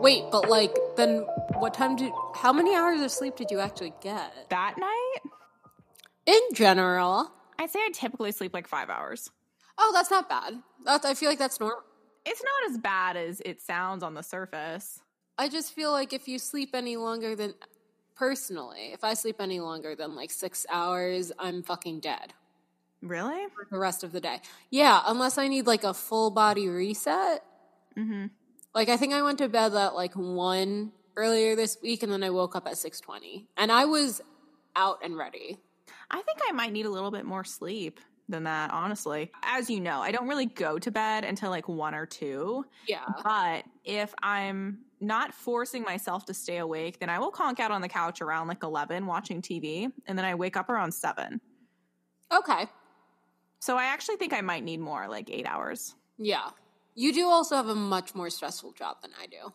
Wait, but like, then what time did? How many hours of sleep did you actually get That night, in general? I'd say I typically sleep like five hours. Oh, that's not bad. That's, I feel like that's normal. It's not as bad as it sounds on the surface. I just feel like if you sleep any longer than, personally, if I sleep any longer than like six hours, I'm fucking dead Really? for the rest of the day. Yeah, unless I need like a full body reset. Mm-hmm. Like I think I went to bed at like one earlier this week, and then I woke up at six twenty, and I was out and ready. I think I might need a little bit more sleep than that, honestly. As you know, I don't really go to bed until like one or two. Yeah. But if I'm not forcing myself to stay awake, then I will conk out on the couch around like 11 watching TV. And then I wake up around seven. Okay. So I actually think I might need more, like eight hours. Yeah. You do also have a much more stressful job than I do.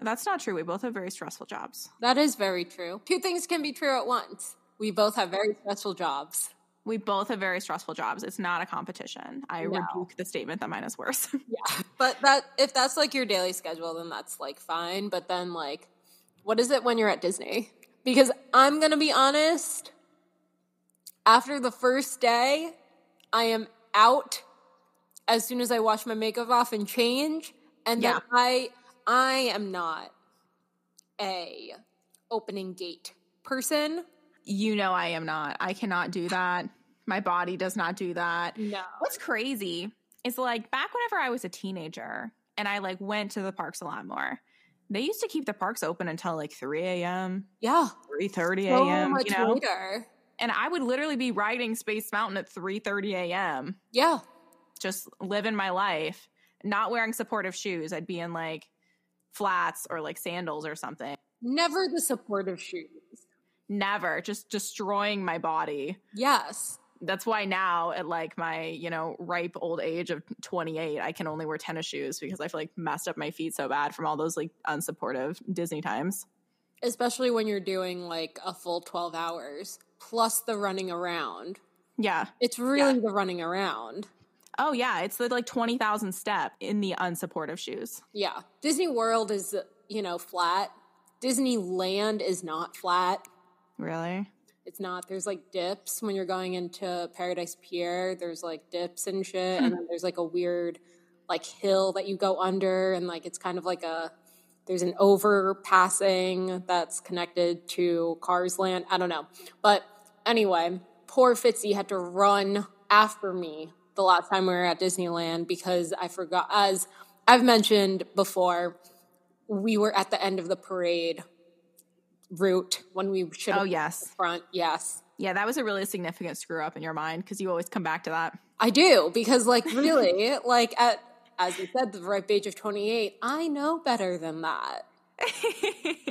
That's not true. We both have very stressful jobs. That is very true. Two things can be true at once. We both have very stressful jobs. We both have very stressful jobs. It's not a competition. I No. rebuke the statement that mine is worse. Yeah. But that if that's like your daily schedule, then that's like fine. But then like what is it when you're at Disney? Because I'm gonna be honest, after the first day, I am out as soon as I wash my makeup off and change. And Yeah. then I I am not a opening gate person. you know, I am not. I cannot do that. My body does not do that. No. What's crazy is like back whenever I was a teenager and I like went to the parks a lot more. They used to keep the parks open until like 3 a.m., Yeah. 3.30 So a.m., much you know? later. And I would literally be riding Space Mountain at 3.30 a.m., Yeah. just living my life, not wearing supportive shoes. I'd be in like flats or like sandals or something. Never the supportive shoes. Never, just destroying my body. Yes. that's why now at like my you know ripe old age of 28 i can only wear tennis shoes because i've like messed up my feet so bad from all those like unsupportive disney times Especially when you're doing like a full 12 hours plus the running around. yeah It's really the running around. oh yeah it's the like 20000 step in the unsupportive shoes Yeah. Disney World is, you know, flat. Disneyland is not flat. really It's not. There's like dips when you're going into Paradise Pier. There's like dips and shit. And then there's like a weird like hill that you go under. And like it's kind of like a, there's an overpassing that's connected to Cars Land. I don't know. But anyway, poor Fitzy had to run after me the last time we were at Disneyland because I forgot, as I've mentioned before, we were at the end of the parade route when we should have oh yes front. Yes, yeah that was a really significant screw up in your mind because you always come back to that I do because, like, really, like at as you said, the ripe age of twenty eight, I know better than that.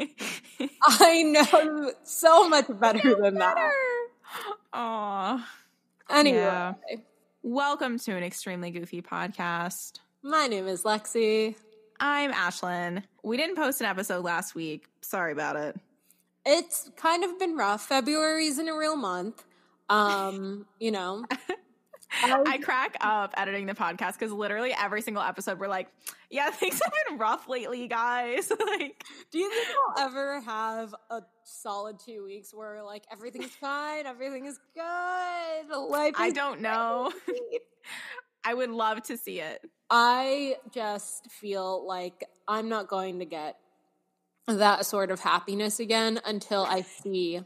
I know so much better than that. oh Anyway, Yeah. welcome to an extremely goofy podcast my name is Lexi. I'm Ashlyn. We didn't post an episode last week. Sorry about it. It's kind of been rough. February isn't a real month. Um, you know, I crack up editing the podcast because literally every single episode we're like, yeah, things have been rough lately, guys. like, do you think we'll ever have a solid two weeks where like everything's fine, everything is good, life I is don't know. I would love to see it. I just feel like I'm not going to get that sort of happiness again until I see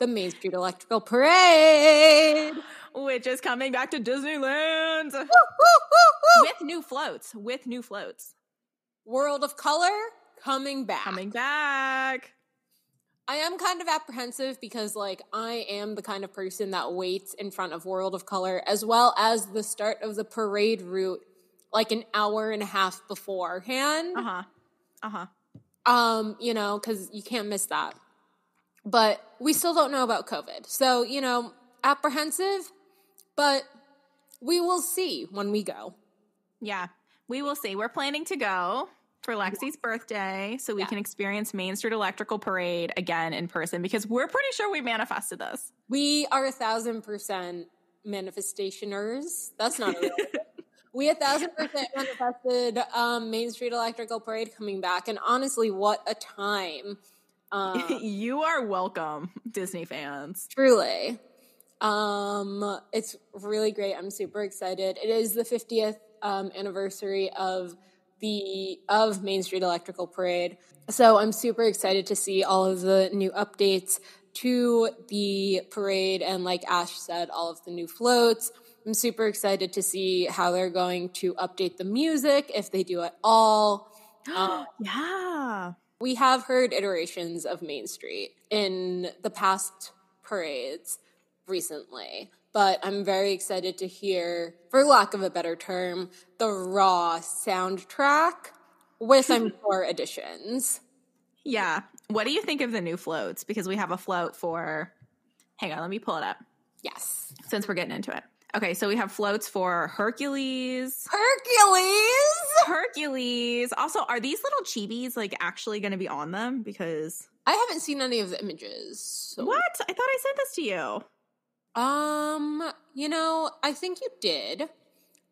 the Main Street Electrical Parade. Which is coming back to Disneyland with new floats. With new floats World of Color coming back. coming back. I am kind of apprehensive because, like, I am the kind of person that waits in front of World of Color as well as the start of the parade route like an hour and a half beforehand. Uh huh. Uh huh. um, you know, because you can't miss that. But we still don't know about COVID. So, you know, apprehensive, but we will see when we go. Yeah, we will see. We're planning to go for Lexi's birthday so we Yeah. can experience Main Street Electrical Parade again in person because we're pretty sure we manifested this. We are a thousand percent manifestationers. That's not a real word. We a thousand percent manifested um, Main Street Electrical Parade coming back, and honestly, what a time! Um, you are welcome, Disney fans. truly, um, it's really great. I'm super excited. It is the 50th um, anniversary of the of Main Street Electrical Parade, so I'm super excited to see all of the new updates to the parade, and like Ash said, all of the new floats. I'm super excited to see how they're going to update the music, if they do at all. Um, yeah. we have heard iterations of Main Street in the past parades recently, but I'm very excited to hear, for lack of a better term, the raw soundtrack with, I'm sure, additions. Yeah. What do you think of the new floats? Because we have a float for, hang on, let me pull it up Yes. since we're getting into it. Okay, so we have floats for Hercules. Hercules! Hercules. Also, are these little chibis like actually going to be on them? Because I haven't seen any of the images. So. what? I thought I sent this to you. Um, you know, I think you did,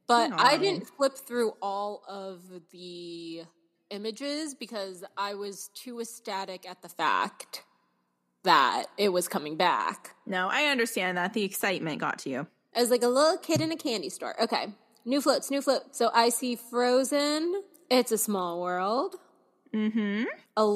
but I No. didn't flip through all of the images because I was too ecstatic at the fact that it was coming back. No, I understand that the excitement got to you. I was like a little kid in a candy store. Okay. New floats, new float. So I see Frozen, It's a Small World, Mm-hmm.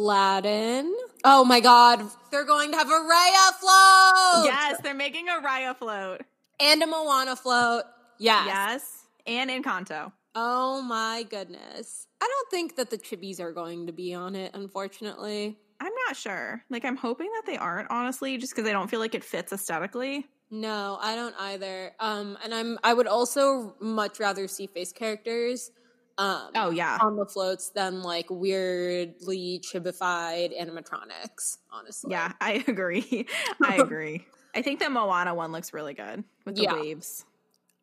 Aladdin. Oh my god, they're going to have a Raya float Yes, they're making a Raya float. and a Moana float. yes. Yes, and Encanto. Oh my goodness. I don't think that the chibis are going to be on it, unfortunately. I'm not sure. Like, I'm hoping that they aren't, honestly, just because I don't feel like it fits aesthetically. No, I don't either. Um and I'm I would also much rather see face characters um Oh, yeah. on the floats than like weirdly chibified animatronics, honestly. Yeah, I agree. I agree. I think the Moana one looks really good with the Yeah. waves.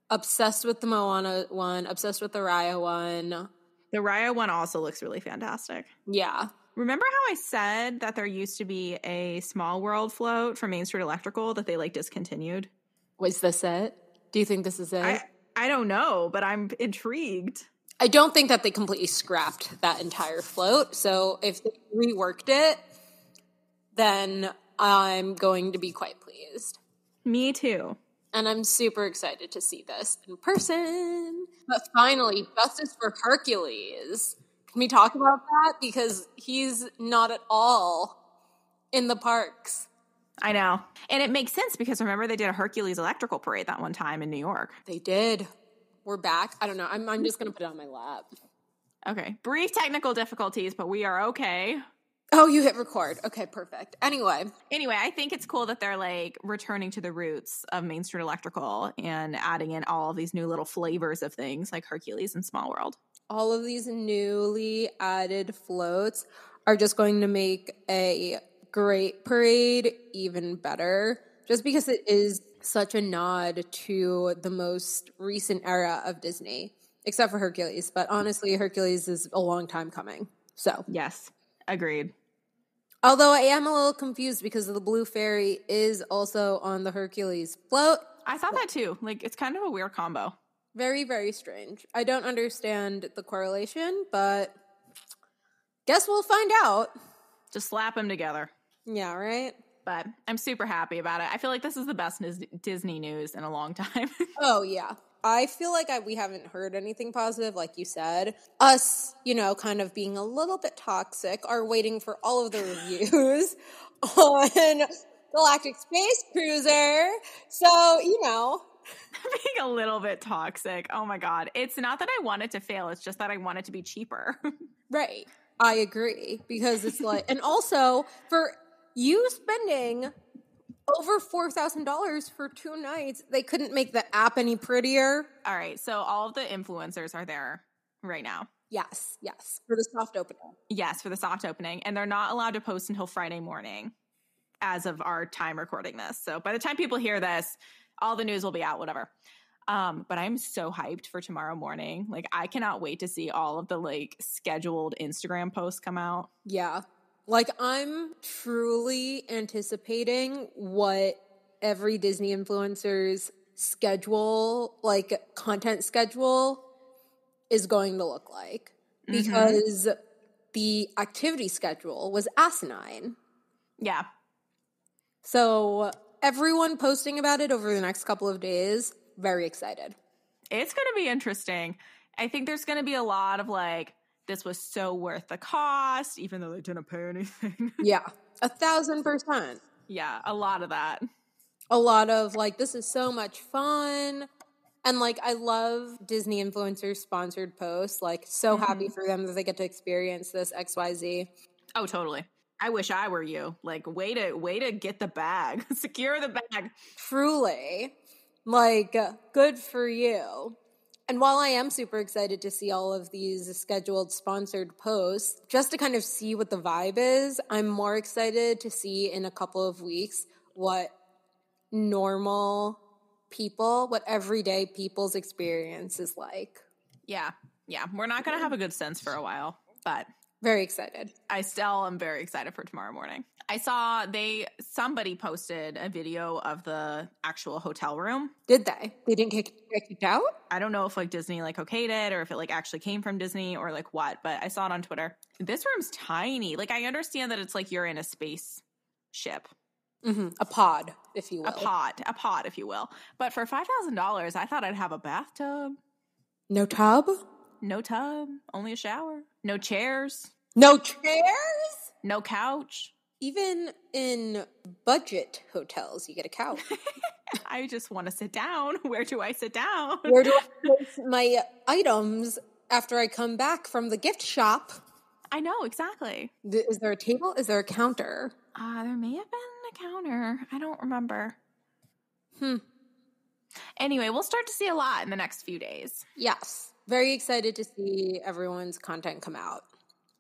Obsessed with the Moana one, obsessed with the Raya one. The Raya one also looks really fantastic. Yeah. Remember how I said that there used to be a small world float from Main Street Electrical that they like discontinued? Was this it? Do you think this is it? I, I don't know, but I'm intrigued. I don't think that they completely scrapped that entire float. So if they reworked it, then I'm going to be quite pleased. Me too. And I'm super excited to see this in person. But finally, justice for Hercules. Can we talk about that? Because he's not at all in the parks. I know. And it makes sense because remember they did a Hercules electrical parade that one time in New York. They did. We're back. I don't know. I'm, I'm just going to put it on my lap. Okay. Brief technical difficulties, but we are okay. Oh, you hit record. Okay, perfect. Anyway, Anyway, I think it's cool that they're like returning to the roots of Main Street Electrical and adding in all of these new little flavors of things like Hercules and Small World. all of these newly added floats are just going to make a great parade even better just because it is such a nod to the most recent era of Disney except for Hercules but honestly Hercules is a long time coming so Yes. Agreed. although I am a little confused because the blue fairy is also on the Hercules float I thought that too. Like it's kind of a weird combo. very very strange I don't understand the correlation but guess we'll find out Just slap them together. Yeah, right? But I'm super happy about it. I feel like this is the best Nis- Disney news in a long time. Oh, yeah. I feel like I, we haven't heard anything positive, like you said. Us, you know, kind of being a little bit toxic, are waiting for all of the reviews on Galactic Space Cruiser. So, you know, being a little bit toxic. Oh my God. It's not that I want it to fail, it's just that I want it to be cheaper. right. I agree because it's like, and also for you spending over $4,000 for two nights, they couldn't make the app any prettier. all right. So all of the influencers are there right now. Yes, yes, for the soft opening. Yes, for the soft opening. And they're not allowed to post until Friday morning as of our time recording this. So by the time people hear this, all the news will be out, whatever. Um, but I'm so hyped for tomorrow morning. Like I cannot wait to see all of the like scheduled Instagram posts come out. Yeah. Like I'm truly anticipating what every Disney influencer's schedule, like content schedule is going to look like because the activity schedule was asinine. Yeah. So everyone posting about it over the next couple of days, very excited. It's going to be interesting. I think there's going to be a lot of like, this was so worth the cost, even though they didn't pay anything. Yeah, a thousand percent. yeah, a lot of that. A lot of like, this is so much fun. And like, I love Disney influencer sponsored posts. Like, so happy for them that they get to experience this XYZ. Oh, totally. I wish I were you. Like, way to way to get the bag, secure the bag. Truly, like, good for you. And while I am super excited to see all of these scheduled sponsored posts, just to kind of see what the vibe is, I'm more excited to see in a couple of weeks what normal people, what everyday people's experience is like. Yeah, yeah. We're not gonna have a good sense for a while, but Very excited. I still am very excited for tomorrow morning. I saw they somebody posted a video of the actual hotel room. Did they? They didn't kick, get kicked out? I don't know if like Disney like okayed it or if it like actually came from Disney or like what, but I saw it on Twitter. This room's tiny. Like I understand that it's like you're in a space ship, hmm A pod, if you will. a pod, a pod, if you will. But for five thousand dollars, I thought I'd have a bathtub, No tub? no tub, only a shower, no chairs, No chairs? no couch. Even in budget hotels, you get a couch. I just want to sit down. Where do I sit down? Where do I place my items after I come back from the gift shop? I know exactly. Th- Is there a table? Is there a counter? Uh, there may have been a counter. I don't remember. Hmm. Anyway, we'll start to see a lot in the next few days. Yes. Very excited to see everyone's content come out.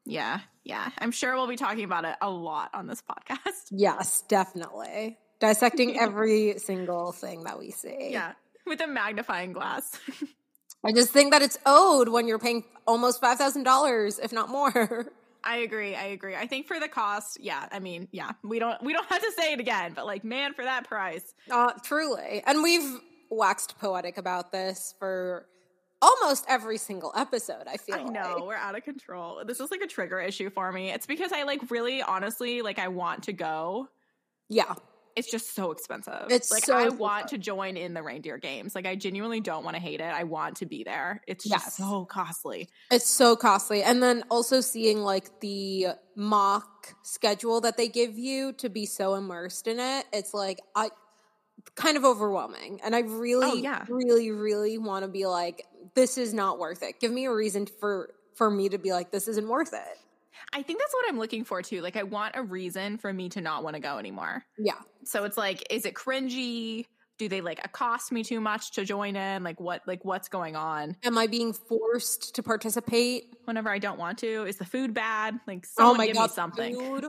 Yeah, yeah. I'm sure we'll be talking about it a lot on this podcast. Yes, definitely. Dissecting every single thing that we see. Yeah, with a magnifying glass. I just think that it's owed when you're paying almost $5,000, if not more. I agree. I agree. I think for the cost, yeah. I mean, yeah. We don't we don't have to say it again, but like, man, for that price, Uh, truly. And we've waxed poetic about this for almost every single episode, I feel. I know like. we're out of control. This is like a trigger issue for me. It's because I like really honestly like I want to go. Yeah. It's just so expensive. It's like so I expensive. want to join in the reindeer games. Like I genuinely don't want to hate it. I want to be there. It's just Yes. so costly. It's so costly. And then also seeing like the mock schedule that they give you to be so immersed in it, it's like I kind of overwhelming. And I really Oh, yeah. really really want to be like this is not worth it. Give me a reason for for me to be like this isn't worth it. I think that's what I'm looking for too. Like, I want a reason for me to not want to go anymore. Yeah. So it's like, is it cringy? Do they like accost me too much to join in? Like, what, like, what's going on? Am I being forced to participate? Whenever I don't want to, is the food bad? Like, Oh someone my give god, me something. The food.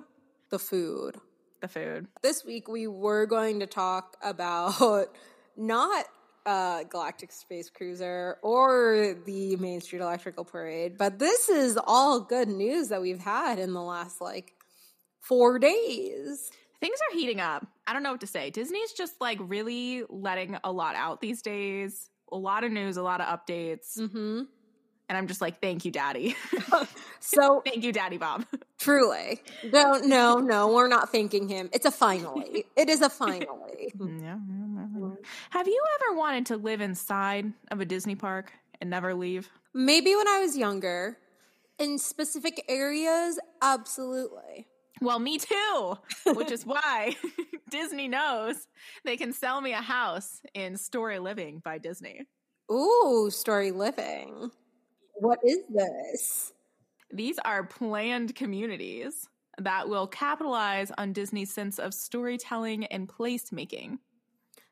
The food. The food. This week we were going to talk about not uh, Galactic Space Cruiser or the Main Street Electrical Parade, but this is all good news that we've had in the last like four days. Things are heating up. I don't know what to say. Disney's just like really letting a lot out these days. A lot of news, a lot of updates. hmm And I'm just like, thank you, daddy. So thank you, daddy Bob. truly, no, no, no, we're not thanking him. It's a finally. It is a finally. Yeah. Hmm. Have you ever wanted to live inside of a Disney park and never leave? Maybe when I was younger, in specific areas, absolutely. Well, me too, which is why Disney knows they can sell me a house in Story Living by Disney. Ooh, story living. What is this? These are planned communities that will capitalize on Disney's sense of storytelling and placemaking.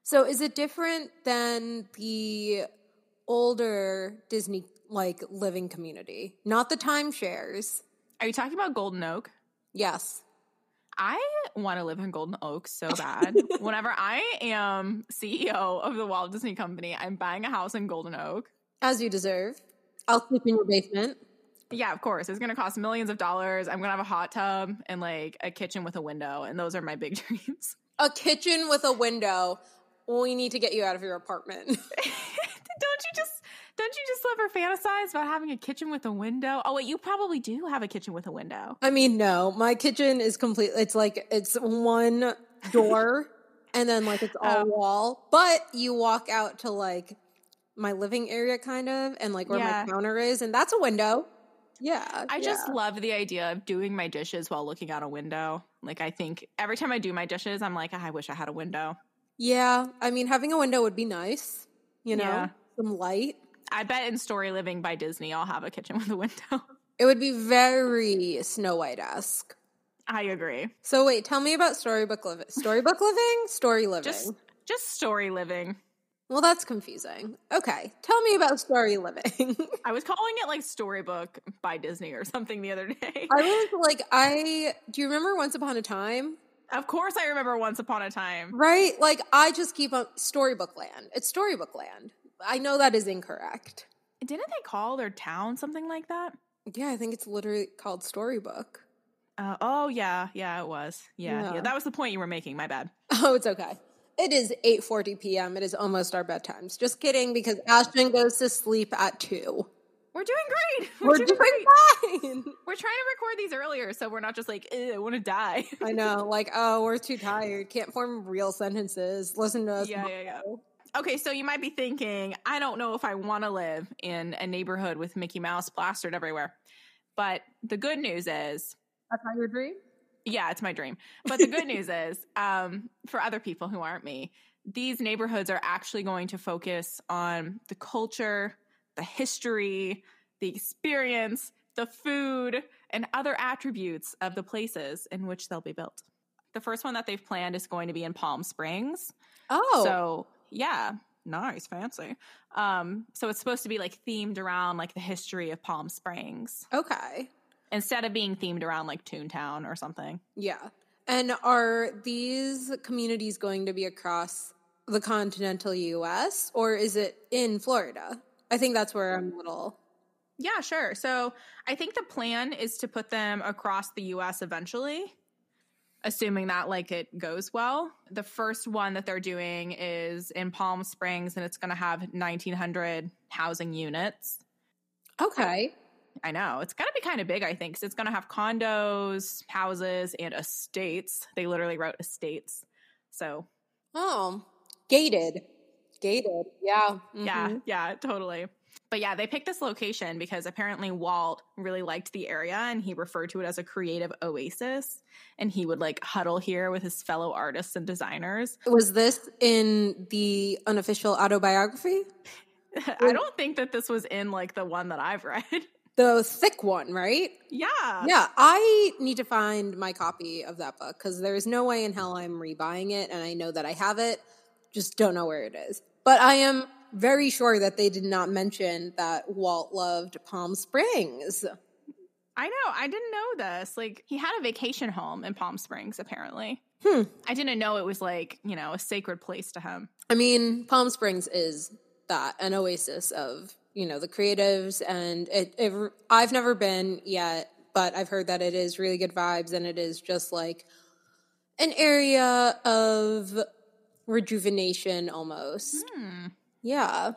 So is it different than the older Disney like living community? Not the timeshares. Are you talking about Golden Oak? Yes. I want to live in Golden Oak so bad. Whenever I am CEO of the Walt Disney Company, I'm buying a house in Golden Oak. As you deserve. I'll sleep in your basement. Yeah, of course. It's going to cost millions of dollars. I'm going to have a hot tub and like a kitchen with a window. And those are my big dreams. A kitchen with a window. We need to get you out of your apartment. don't you just don't you just love her fantasize about having a kitchen with a window? Oh wait, you probably do have a kitchen with a window. I mean, no, my kitchen is complete. It's like it's one door and then like it's all Oh. wall, but you walk out to like my living area kind of and like where Yeah. my counter is and that's a window. Yeah. I yeah. just love the idea of doing my dishes while looking out a window. Like I think every time I do my dishes, I'm like, I wish I had a window. Yeah, I mean having a window would be nice, you know, Yeah. some light. I bet in Story Living by Disney, I'll have a kitchen with a window. It would be very Snow White-esque. I agree. So wait, tell me about storybook living. Storybook living? Story living. Just just Story Living. Well, that's confusing. Okay, tell me about story living. I was calling it like Storybook by Disney or something the other day. I was like, I do you remember Once Upon a Time? of course, I remember Once Upon a Time. Right? Like, I just keep on storybook land. It's storybook land. I know that is incorrect. Didn't they call their town something like that? Yeah, I think it's literally called storybook. Uh, oh yeah, yeah, it was. Yeah, yeah, Yeah. that was the point you were making. My bad. Oh, it's okay. It is 8:40 p.m. It is almost our bedtimes. Just kidding because Ashton goes to sleep at 2. We're doing great. We're doing fine. We're trying to record these earlier, so we're not just like, "Ew, I want to die. I know, like, oh, we're too tired. Can't form real sentences. Listen to us. yeah, yeah, yeah. Okay, so you might be thinking, I don't know if I want to live in a neighborhood with Mickey Mouse plastered everywhere. But the good news is, That's not your dream? yeah, it's my dream. But the good news is, um, for other people who aren't me, these neighborhoods are actually going to focus on the culture, the history, the experience, the food, and other attributes of the places in which they'll be built. The first one that they've planned is going to be in Palm Springs. Oh. So yeah, nice, fancy. Um, so it's supposed to be like themed around like the history of Palm Springs okay. instead of being themed around like Toontown or something. Yeah. And are these communities going to be across the continental US or is it in Florida? I think that's where I'm a little. Yeah, sure. So I think the plan is to put them across the U.S. eventually, assuming that like it goes well. The first one that they're doing is in Palm Springs, and it's going to have 1,900 housing units. Okay. I know. It's going to be kind of big, I think, because it's going to have condos, houses, and estates. They literally wrote estates. So, Oh, gated. Gated. Yeah. yeah, Mhm. yeah, totally. But yeah, they picked this location because apparently Walt really liked the area and he referred to it as a creative oasis. And he would like huddle here with his fellow artists and designers. Was this in the unofficial autobiography? I don't think that this was in like the one that I've read. The thick one, right? yeah. yeah, I need to find my copy of that book because there is no way in hell I'm rebuying it, and I know that I have it, just don't know where it is. But I am very sure that they did not mention that Walt loved Palm Springs. I know. I didn't know this. Like, he had a vacation home in Palm Springs, apparently. Hmm. I didn't know it was like, you know, a sacred place to him. I mean, Palm Springs is that an oasis of you know the creatives, and it. it I've never been yet, but I've heard that it is really good vibes, and it is just like an area of rejuvenation almost. Hmm. Yeah.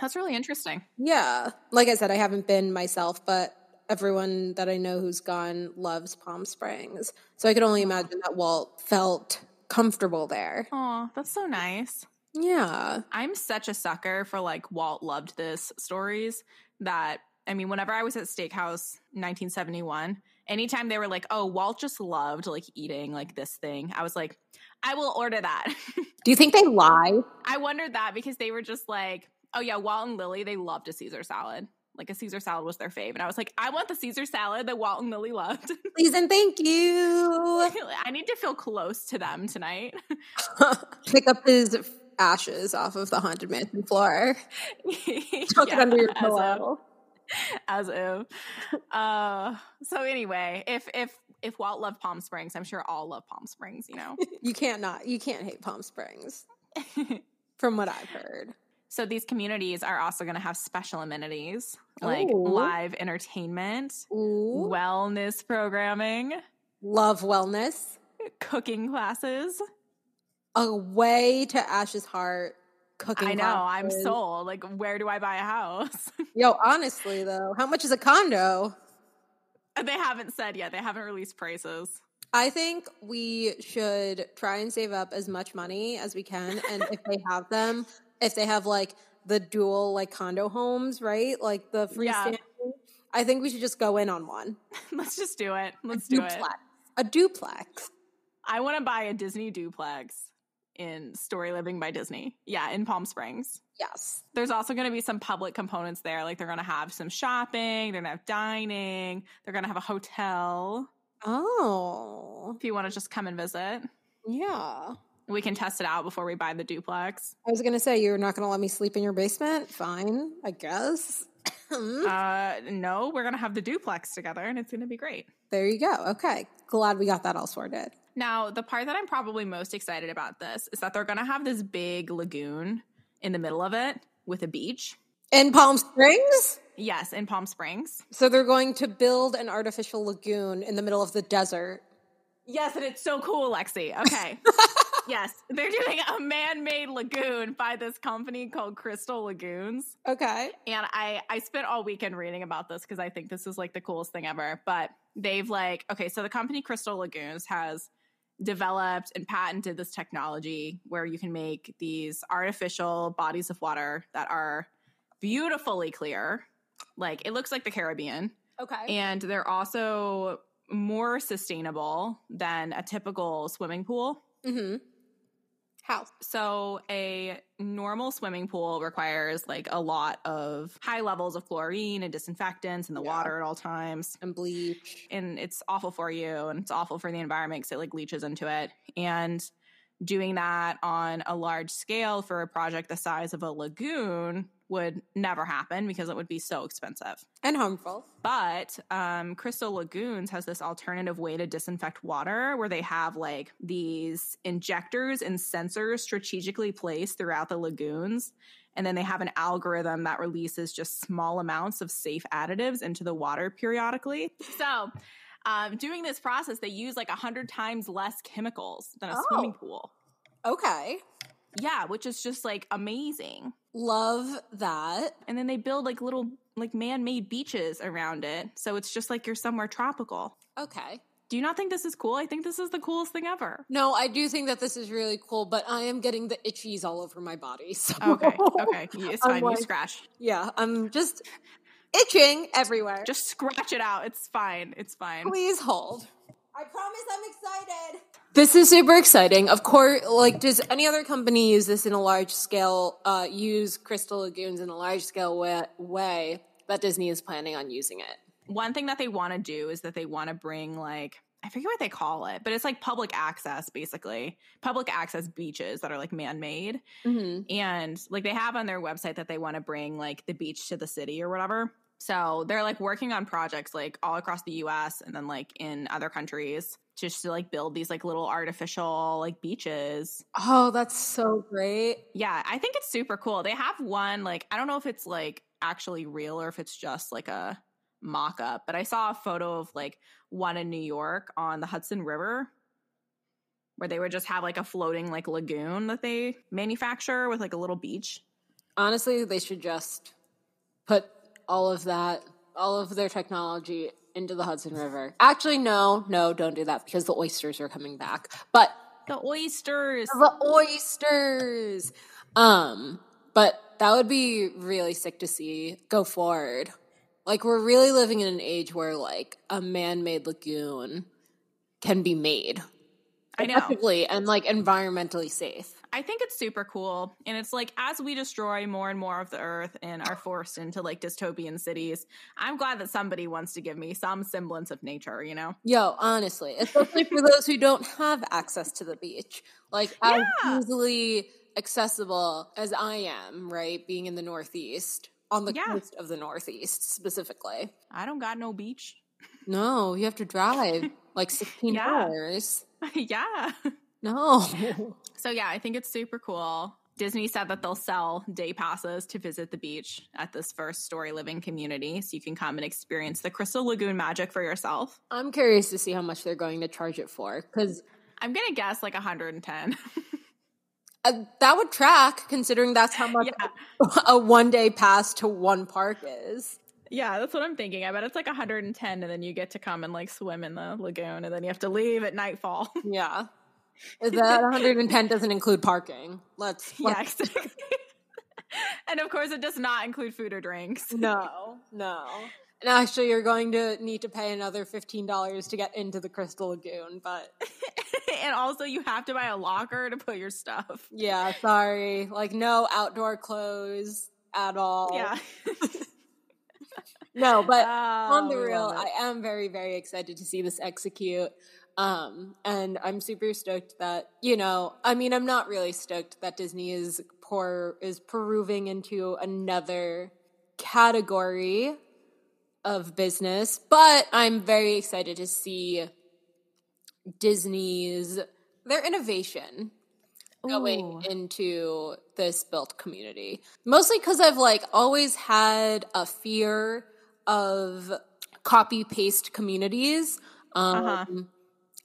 That's really interesting. Yeah. Like I said, I haven't been myself, but everyone that I know who's gone loves Palm Springs. So I could only imagine that Walt felt comfortable there. Oh, that's so nice. Yeah. I'm such a sucker for like Walt loved this stories that I mean, whenever I was at Steakhouse 1971, anytime they were like, "Oh, Walt just loved like eating like this thing," I was like, "I will order that." Do you think they lie? I wondered that because they were just like, "Oh yeah, Walt and Lily they loved a Caesar salad." Like a Caesar salad was their fave, and I was like, "I want the Caesar salad that Walt and Lily loved." Please and thank you. I need to feel close to them tonight. Pick up his ashes off of the haunted mansion floor. Tuck it under your Yeah, as a- pillow. as if. Uh, so anyway, if if if Walt loved Palm Springs, I'm sure all love Palm Springs. You know. You can't not. You can't hate Palm Springs, from what I've heard. so these communities are also going to have special amenities like Ooh. live entertainment, Ooh. wellness programming, Love wellness. cooking classes. A way to Ash's heart cooking. I know. I'm classes. sold. Like, where do I buy a house? Yo, honestly though, how much is a condo? And they haven't said yet. They haven't released prices. I think we should try and save up as much money as we can. And if they have them, if they have like the dual like condo homes, right? Like the freestanding, I think we should just go in on one. Let's just do it. Let's do duplex. it. A duplex. I want to buy a Disney duplex in Story Living by Disney. Yeah, in Palm Springs. Yes. There's also going to be some public components there. Like they're going to have some shopping, they're going to have dining, they're going to have a hotel Oh, if you want to just come and visit. yeah. We can test it out before we buy the duplex. I was going to say, you're not going to let me sleep in your basement? Fine, I guess. Uh, no, we're going to have the duplex together and it's going to be great. there you go. Okay. Glad we got that all sorted. Now, the part that I'm probably most excited about this is that they're going to have this big lagoon in the middle of it with a beach. In Palm Springs? Yes, in Palm Springs. So they're going to build an artificial lagoon in the middle of the desert. Yes, and it's so cool, Lexi. Okay. yes, they're doing a man made lagoon by this company called Crystal Lagoons. Okay. And I, I spent all weekend reading about this because I think this is like the coolest thing ever. But they've like, okay, so the company Crystal Lagoons has developed and patented this technology where you can make these artificial bodies of water that are beautifully clear. Like it looks like the Caribbean. Okay. And they're also more sustainable than a typical swimming pool. mm-hmm. House. So, a normal swimming pool requires like a lot of high levels of chlorine and disinfectants in the Yeah. water at all times. And bleach. And it's awful for you and it's awful for the environment because it like leaches into it. And doing that on a large scale for a project the size of a lagoon would never happen because it would be so expensive. And harmful. But um, Crystal Lagoons has this alternative way to disinfect water where they have like these injectors and sensors strategically placed throughout the lagoons. And then they have an algorithm that releases just small amounts of safe additives into the water periodically. So, um, doing this process, they use like 100 times less chemicals than a Oh. swimming pool. Okay. Yeah, which is just like amazing Love that. and then they build like little like man-made beaches around it so it's just like you're somewhere tropical Okay. do you not think this is cool i think this is the coolest thing ever No, I do think that this is really cool, but I am getting the itchies all over my body. So. okay okay You- it's I'm fine like- you scratch Yeah, I'm just itching everywhere. just scratch it out it's fine it's fine Please hold. I promise I'm excited. This is super exciting. Of course, like, does any other company use this in a large scale, uh, use crystal lagoons in a large scale wa- way that Disney is planning on using it? one thing that they want to do is that they want to bring like i forget what they call it but it's like public access basically public access beaches that are like man-made Mm-hmm. and like they have on their website that they want to bring like the beach to the city or whatever so they're like working on projects like all across the us and then like in other countries just to like build these like little artificial like beaches Oh, that's so great. yeah i think it's super cool they have one like i don't know if it's like actually real or if it's just like a mock-up but i saw a photo of like one in new york on the hudson river where they would just have like a floating like lagoon that they manufacture with like a little beach Honestly, they should just put all of that, all of their technology into the Hudson River. Actually, no, no, don't do that because the oysters are coming back. But The oysters. the oysters. Um, but that would be really sick to see go forward. Like we're really living in an age where like a man-made lagoon can be made I know. effectively and like environmentally safe. I think it's super cool. And it's like as we destroy more and more of the earth and are forced into like dystopian cities, I'm glad that somebody wants to give me some semblance of nature, you know? Yo, honestly, especially for those who don't have access to the beach, like as Yeah. easily accessible as I am, right? Being in the Northeast, on the Yeah. coast of the Northeast specifically. I don't got no beach. No, you have to drive like 16 Yeah. hours. yeah. No. So yeah, I think it's super cool. Disney said that they'll sell day passes to visit the beach at this first story living community so you can come and experience the Crystal Lagoon magic for yourself. I'm curious to see how much they're going to charge it for cuz I'm going to guess like 110. Uh, that would track considering that's how much Yeah. a one day pass to one park is. Yeah, that's what I'm thinking. I bet it's like 110, and then you get to come and like swim in the lagoon, and then you have to leave at nightfall. Yeah. That 110 doesn't include parking. Let's, yeah, let's exactly. and of course, it does not include food or drinks. no, no. And actually, you're going to need to pay another $15 to get into the Crystal Lagoon. But and also, you have to buy a locker to put your stuff. yeah, sorry. Like, no outdoor clothes at all. Yeah. No, but on Oh, the we real, love it. I am very, very excited to see this execute. Um, and I'm super stoked that, you know, I mean, I'm not really stoked that Disney is poor is peruving into another category of business, but I'm very excited to see Disney's their innovation going Ooh. into this built community. Mostly because I've like always had a fear of copy paste communities. Um, Uh-huh.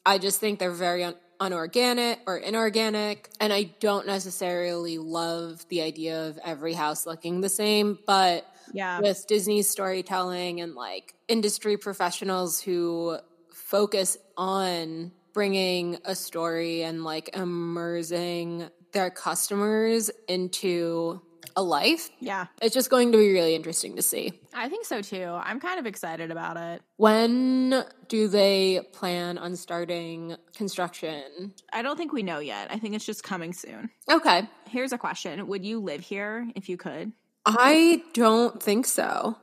I just think they're very un- unorganic or inorganic. And I don't necessarily love the idea of every house looking the same, but Yeah. with Disney's storytelling and like industry professionals who focus on bringing a story and like immersing their customers into a life. Yeah. It's just going to be really interesting to see. I think so too. I'm kind of excited about it. When do they plan on starting construction? I don't think we know yet. I think it's just coming soon. Okay. Here's a question Would you live here if you could? I don't think so.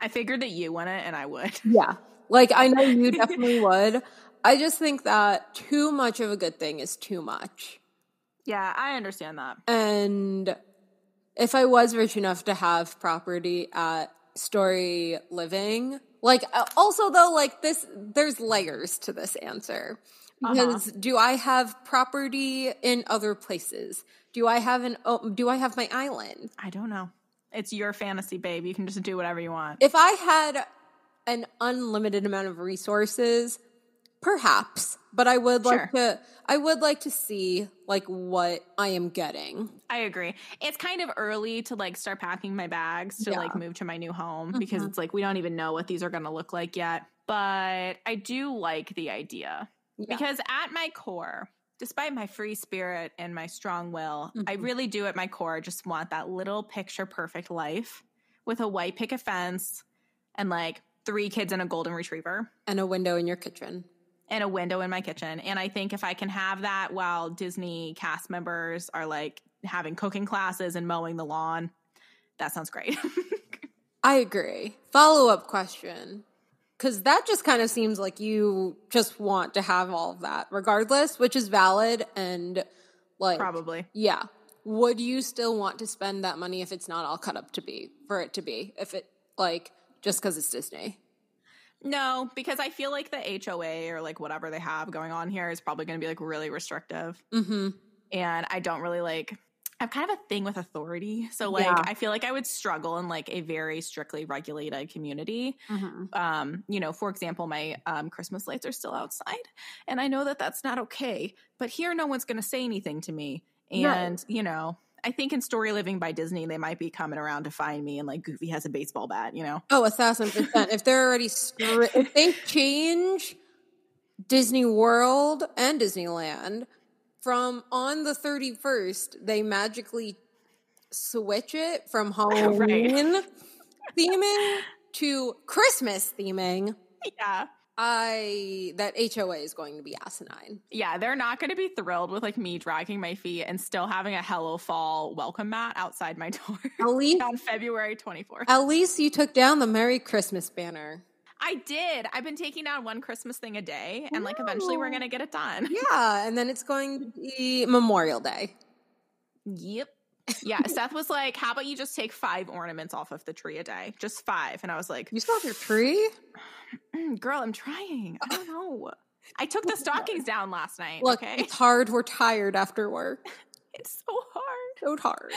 I figured that you wouldn't, and I would. Yeah. Like I know you definitely would. I just think that too much of a good thing is too much. Yeah, I understand that. And if I was rich enough to have property at Story Living, like uh, also though, like this, there's layers to this answer. Because do I have property in other places? Do I have an? Oh, do I have my island? I don't know. It's your fantasy, babe. You can just do whatever you want. If I had an unlimited amount of resources, perhaps. But I would like Sure. to. I would like to see like what I am getting. I agree. It's kind of early to like start packing my bags to Yeah. Mm-hmm. like move to my new home because it's like we don't even know what these are going to look like yet. But I do like the idea Yeah. because at my core, despite my free spirit and my strong will, I Mhm. really do at my core just want that little picture perfect life with a white picket fence and like three kids and a golden retriever. And a window in your kitchen. and a window in my kitchen. And I think if I can have that while Disney cast members are like having cooking classes and mowing the lawn, that sounds great. I agree. Follow up question. Because that just kind of seems like you just want to have all of that regardless, which is valid. And like, Probably. yeah. Would you still want to spend that money if it's not all cut up to be, for it to be, if it like just because it's Disney? No, because I feel like the HOA or like whatever they have going on here is probably going to be like really restrictive. Mm-hmm. And I don't really like, I have kind of a thing with authority. So like, Yeah. I feel like I would struggle in like a very strictly regulated community. mm-hmm. um, you know, for example, my um, Christmas lights are still outside, and I know that that's not okay. But here, no one's going to say anything to me, and No. you know, I think in Story Living by Disney, they might be coming around to find me, and like Goofy has a baseball bat, you know. Oh, a thousand percent. if they're already, stri- if they change Disney World and Disneyland from on the 31st, they magically switch it from Halloween theming to Christmas theming. Yeah, I, that HOA is going to be asinine. yeah, they're not going to be thrilled with like me dragging my feet and still having a Hello Fall welcome mat outside my door At least, on February twenty fourth. at least you took down the Merry Christmas banner. I did. I've been taking down one Christmas thing a day, and like eventually we're Wow. going to get it done. Yeah. And then it's going to be Memorial Day. Yep. Yeah. Seth was like, How about you just take five ornaments off of the tree a day? Just five. And I was like, You still have your tree? "Mm, Girl, I'm trying. I don't know. I took the stockings down last night. Look, okay. it's hard. We're tired after work. It's so hard. So hard.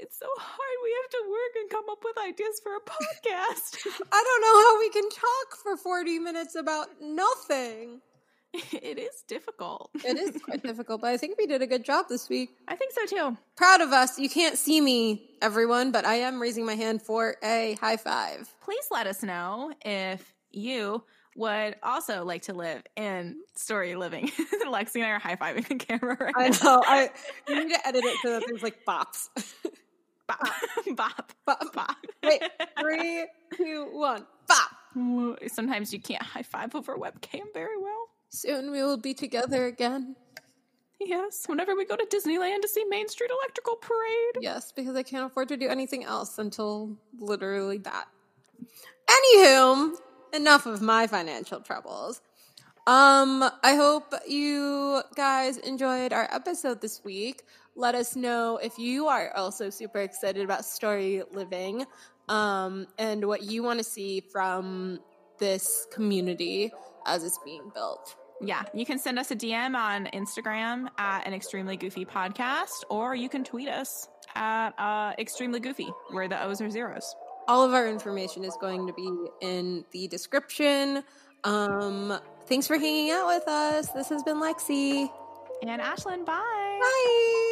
It's so hard. We have to work and come up with ideas for a podcast. I don't know how we can talk for 40 minutes about nothing. it is difficult. It is quite difficult, but I think we did a good job this week. I think so too. Proud of us. You can't see me, everyone, but I am raising my hand for a high five. Please let us know if you would also like to live in story living. Lexi and I are high fiving the camera right I now. know. I you need to edit it so that there's like bops. Bop, bop, Bop. bop. Wait, three, two, one, bop. Sometimes you can't high five over webcam very well. Soon we will be together again. Yes, whenever we go to Disneyland to see Main Street Electrical Parade. Yes, because I can't afford to do anything else until literally that. Anywho, enough of my financial troubles. Um, I hope you guys enjoyed our episode this week. Let us know if you are also super excited about story living um, and what you want to see from this community as it's being built. Yeah, you can send us a DM on Instagram at an extremely goofy podcast, or you can tweet us at uh, extremely goofy, where the O's are zeros. all of our information is going to be in the description. Um, thanks for hanging out with us. This has been Lexi. And Ashlyn, bye. Bye.